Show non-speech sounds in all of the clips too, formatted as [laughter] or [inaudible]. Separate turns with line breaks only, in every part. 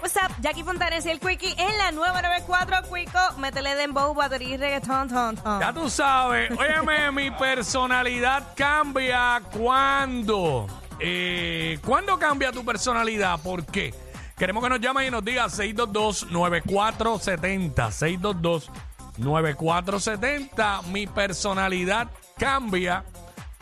What's up, Jackie Fontanes y el Quickie en la 994 Quico. Métele dembow, batería y reggaetón, ton, ton.
Ya tú sabes, óyeme, mi personalidad cambia cuando. Eh, ¿Cuándo cambia tu personalidad? ¿Por qué? Queremos que nos llamen y nos diga 622-9470. 622-9470. Mi personalidad cambia.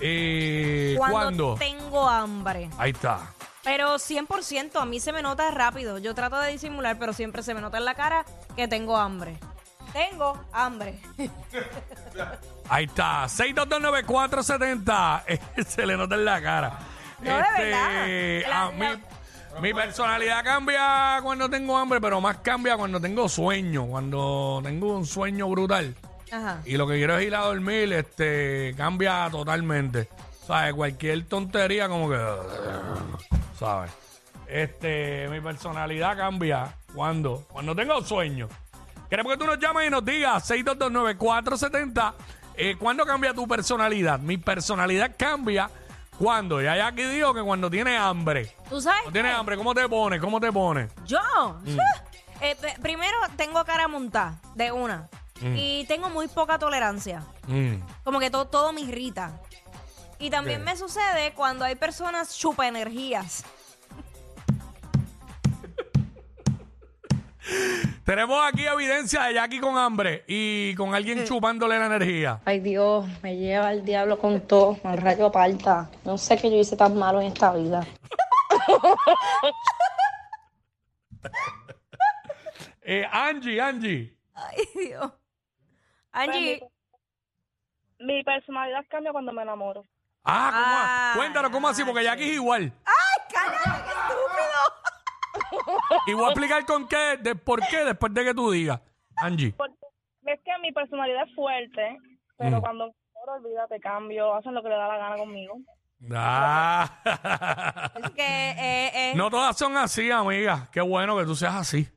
Eh, ¿Cuándo?
tengo hambre.
Ahí está.
Pero 100% a mí se me nota rápido. Yo trato de disimular, pero siempre se me nota en la cara que tengo hambre. Tengo hambre. [laughs]
Ahí está. 6229470. Eh, [laughs] Se le nota en la cara. Este,
No, de verdad.
a
La- la-
mí- mi personalidad cambia cuando tengo hambre, pero más cambia cuando tengo sueño, cuando tengo un sueño brutal.
Ajá.
Y lo que quiero es ir a dormir, este, cambia totalmente. ¿Sabes? Cualquier tontería como que... ¿Sabes? Este, mi personalidad cambia cuando, cuando tengo sueño. Queremos que tú nos llames y nos digas 6229470. Eh, ¿Cuándo cambia tu personalidad? Mi personalidad cambia cuando. Ya ya aquí digo que cuando tiene hambre.
¿Tú sabes?
No tiene
qué?
hambre, ¿cómo te pones? ¿Cómo te pones?
Yo.
Mm.
[laughs] Eh, pe- primero tengo cara montada de una. Y tengo muy poca tolerancia.
Mm.
Como que todo, todo me irrita. Y también
Ok.
me sucede cuando hay personas chupa energías.
Tenemos aquí evidencia de Jackie con hambre y con alguien chupándole la energía.
Ay Dios, me lleva el diablo con todo, al rayo parta. No sé qué yo hice tan malo en esta vida.
Eh, Angie, Angie.
Ay, Dios. Angie,
Mi personalidad cambia cuando me enamoro.
Ah, ¿cómo
Ah,
a- cuéntanos cómo así, porque Jackie es igual.
cállate, qué estúpido.
Y voy a explicar con qué, de por qué después de que tú digas, Angie.
Porque es que mi personalidad es fuerte, pero
Mm.
cuando me enamoro, olvídate, cambio, hacen lo que le da la gana conmigo.
Ah. [laughs]
Es que, eh, eh,
No todas son así, amiga. Qué bueno que tú seas así.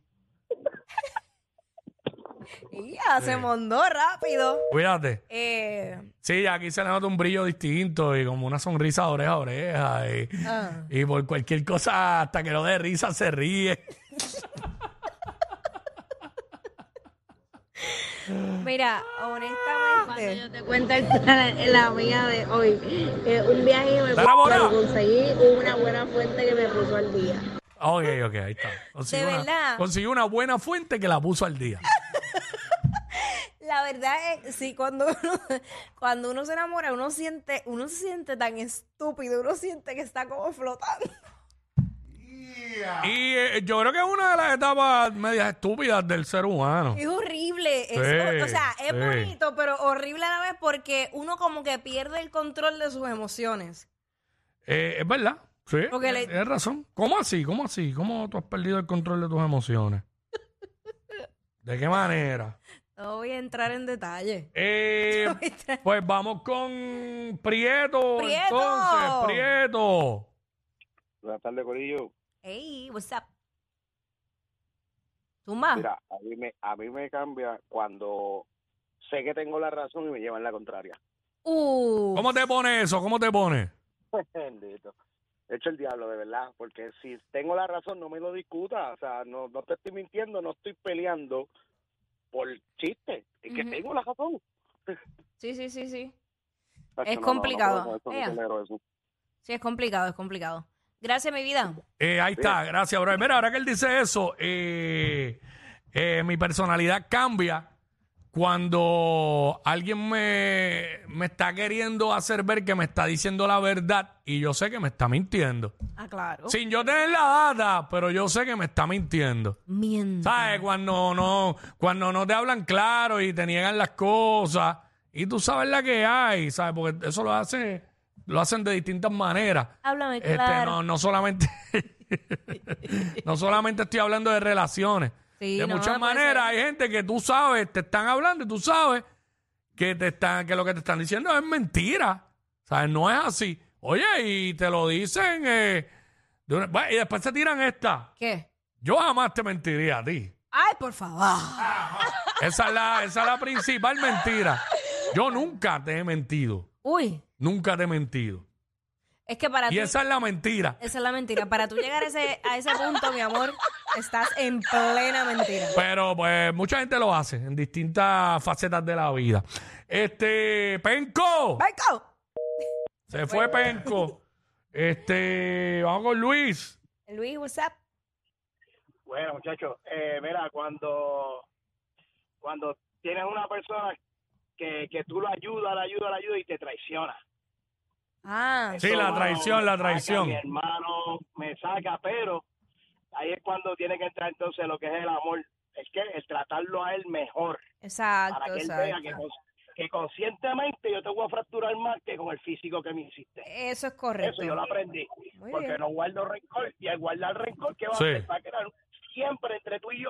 ya, se mondó rápido.
Cuídate.
Eh,
Sí, Jackie se le nota un brillo distinto y como una sonrisa de oreja a oreja. Y,
Ah.
y por cualquier cosa, hasta que no dé risa, se ríe.
mira, honestamente.
Yo te cuento la, la mía de hoy. Eh, un viaje me,
¡Dale bola!
me conseguí una buena fuente que me puso al día.
Ok, ok, ahí está. Consiguió
De
una-
verdad.
consiguió una buena fuente que la puso al día.
La verdad es, sí, cuando uno, [laughs] cuando uno se enamora, uno siente, uno se siente tan estúpido, uno siente que está como flotando. [laughs] Ah.
Y eh, yo creo que es una de las etapas medias estúpidas del ser humano.
Es horrible. Es,
Sí,
o, o sea, es
sí.
bonito, pero horrible a la vez porque uno como que pierde el control de sus emociones.
Eh, es verdad. Sí.
Porque le-
Tienes razón. ¿Cómo así? ¿Cómo así? ¿Cómo tú has perdido el control de tus emociones? ¿De qué manera?
No voy a entrar en detalle. [laughs]
Eh, pues vamos con Prieto.
Prieto.
Entonces, Prieto.
Buenas tardes, Corillo.
Hey, what's up? Tumba.
Mira, a mí, me, a mí me cambia cuando sé que tengo la razón y me llevan la contraria. [laughs]
Uh,
¿Cómo te pone eso? ¿Cómo te pone?
Bendito. De hecho, el diablo, de verdad, porque si tengo la razón, no me lo discuta. O sea, no, no te estoy mintiendo, no estoy peleando por chiste. Es que
Ujú.
tengo la razón.
Sí, sí, sí, sí.
Tacho,
Es
no, no, no
complicado.
puedo con eso,
Ea.
no tolero eso.
Sí, es complicado, es complicado. Gracias, mi vida.
Eh, ahí está, gracias, bro. Mira, ahora que él dice eso, eh, eh, mi personalidad cambia cuando alguien me, me está queriendo hacer ver que me está diciendo la verdad y yo sé que me está mintiendo.
Ah, claro.
Sin yo tener la data, pero yo sé que me está mintiendo.
Miento.
¿Sabes? Cuando no, cuando no te hablan claro y te niegan las cosas y tú sabes la que hay, ¿sabes? Porque eso lo hace, lo hacen de distintas maneras.
Háblame
Este,
claro.
no, no solamente [laughs] no solamente estoy hablando de relaciones.
Sí,
de
no,
muchas
puede
maneras
ser.
hay gente que tú sabes, te están hablando y tú sabes que te están que lo que te están diciendo es mentira. ¿Sabes? No es así. Oye, y te lo dicen eh, de una- bueno, y después se tiran esta.
¿Qué?
Yo jamás te mentiría a ti.
Ay, por favor.
Esa es la, esa es la principal mentira. Yo nunca te he mentido.
Uy,
Nunca te he mentido.
es que para
Y
tú...
esa es la mentira.
Esa es la mentira. Para tú llegar a ese, a ese punto, mi amor, estás en plena mentira.
Pero pues mucha gente lo hace en distintas facetas de la vida. Este, Penco.
¡Marco!
Se fue Penco. Este, vamos con Luis.
Luis, what's up?
Bueno, muchachos, eh, mira, cuando, cuando tienes una persona que, que tú lo ayudas, la ayudas, la ayudas y te traiciona.
Ah,
Sí, la traición, la traición.
Mi hermano me saca, pero ahí es cuando tiene que entrar entonces lo que es el amor. Es que el tratarlo a él mejor, para
exacto,
que él vea que,
exacto.
cons- que conscientemente yo te voy a fracturar más que con el físico que me hiciste.
Eso es
Eso
correcto.
yo lo aprendí.
Muy
porque
bien.
no guardo rencor. Y al guardar rencor, ¿qué va
Sí.
a hacer? Va a crear siempre entre tú y yo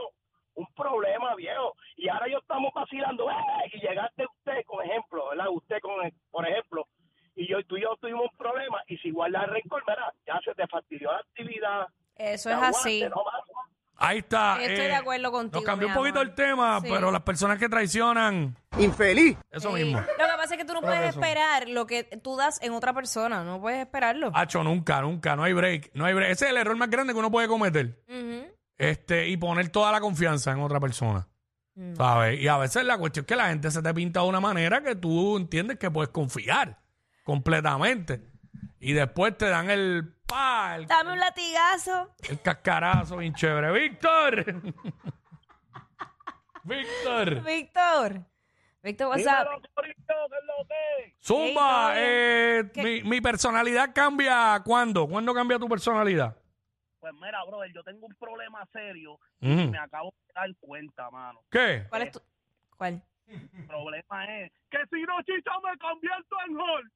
un problema, viejo. Y ahora yo estamos vacilando. ¡eh! Y llegaste usted, con ejemplo, ¿verdad? Usted, con, el- por ejemplo. Y yo, tú y yo tuvimos un problema. Y si guardas rencor, ¿verdad? Ya se te fastidió la actividad.
Eso
te
es Pues así.
aguante, Ah, eh, no más.
Ahí está. eh,
Yo estoy de acuerdo contigo,
Nos cambió un
mi
poquito
amor.
el tema,
Sí.
pero las personas que traicionan. Infeliz. Eso
Sí.
mismo.
Lo que pasa es que tú no
Creo que
puedes
eso.
esperar lo que tú das en otra persona. No puedes esperarlo.
Hacho, nunca, nunca. No hay break. No hay break. Ese es el error más grande que uno puede cometer.
Ujú.
Este, y poner toda la confianza en otra persona.
Mm.
¿Sabes? Y a veces la cuestión es que la gente se te pinta de una manera que tú entiendes que puedes confiar completamente. Y después te dan el pa, el,
Dame un latigazo.
el cascarazo bien chévere. ¡Víctor!
[laughs]
¡Víctor!
Víctor. Víctor, what's
Dímelo,
up?
Corillo, ¿qué es lo que es?
Zumba,
Víctor,
eh,
¿qué?
mi, mi personalidad cambia cuándo? ¿Cuándo cambia tu personalidad?
Pues mira, brother, yo tengo un problema serio
Mm.
acabo de dar cuenta, mano.
¿Qué?
¿Cuál es tu...? ¿Cuál?
El problema es que si no chicha me convierto en Hulk.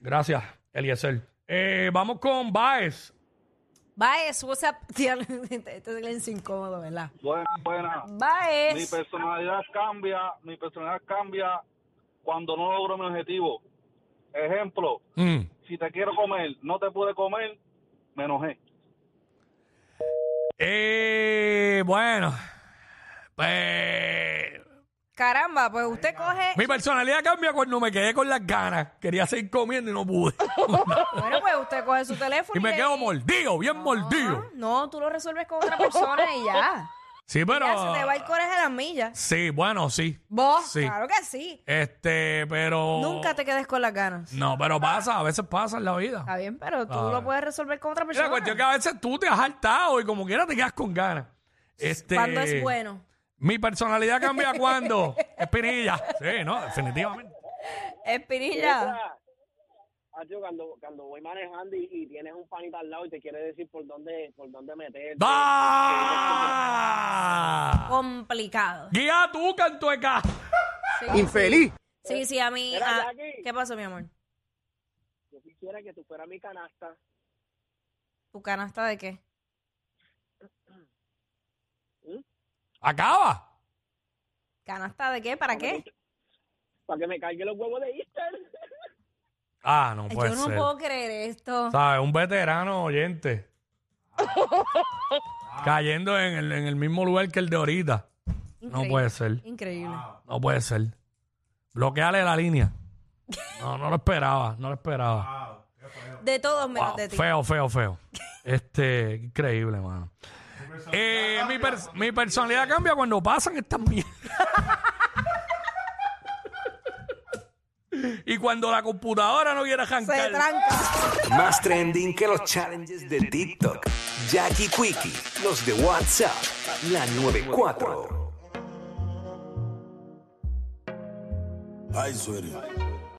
Gracias, Eliezer. Eh, vamos con Baez.
Baez, what's up? [laughs] Diablo, Esto es incómodo, ¿verdad?
Buena, buena. Mi
Baez.
personalidad cambia, mi personalidad cambia cuando no logro mi objetivo. Ejemplo,
Mm.
si te quiero comer, no te pude comer, me enojé.
Eh, bueno, pues
Caramba, pues usted coge...
mi personalidad cambia cuando me quedé con las ganas. Quería seguir comiendo y
[laughs]
no pude.
Bueno, pues usted coge su teléfono
y me
le-
quedo mordido, bien
Ah.
mordido.
No, tú lo resuelves con otra persona y ya.
Sí, pero...
Ya se te va el coraje a las millas.
Sí, bueno, sí.
Vos,
Ah. Sí.
claro que sí.
Este, pero...
Nunca te quedes con las ganas.
No, pero pasa, a veces pasa en la vida.
Está bien, pero tú
Ah.
lo puedes resolver con otra
Y La
persona.
cuestión es que a veces tú te has hartado y como quiera te quedas con ganas. Este,
Cuando es bueno.
Mi personalidad cambia cuando. Espinilla. Sí, no, definitivamente.
Espinilla.
Hacho, cuando, cuando voy manejando y, y tienes un panita al lado y te quiere decir por dónde, por dónde meterte.
¡Da!
Complicado.
Guía tú, cantueca.
Infeliz. Sí, sí, a mí.
Eh, Mira,
ah,
Jackie.
¿Qué pasó, mi amor?
Yo quisiera que tú fueras mi canasta.
¿Tu canasta de qué?
Acaba.
¿Canasta de qué? ¿Para qué?
Para que me cargue los huevos de Easter.
Ah, no puede
Yo no
ser.
puedo creer esto.
¿Sabes? Un veterano oyente. Cayendo en el, en el mismo lugar que el de ahorita. No
Increíble.
puede ser.
Increíble.
No puede ser. Bloqueale la línea. No, no lo esperaba. No lo esperaba.
De todos menos
Wow,
de ti.
Ah, Feo, feo, feo. Este, increíble, mano. Eh, mi, pers- mi personalidad cambia cuando pasan estas mierdas. [laughs] y cuando la computadora no quiere
Se
arrancar.
tranca.
Más trending que los challenges de TikTok. Jackie Quickie, los de WhatsApp, la 94.
Ay, suerte.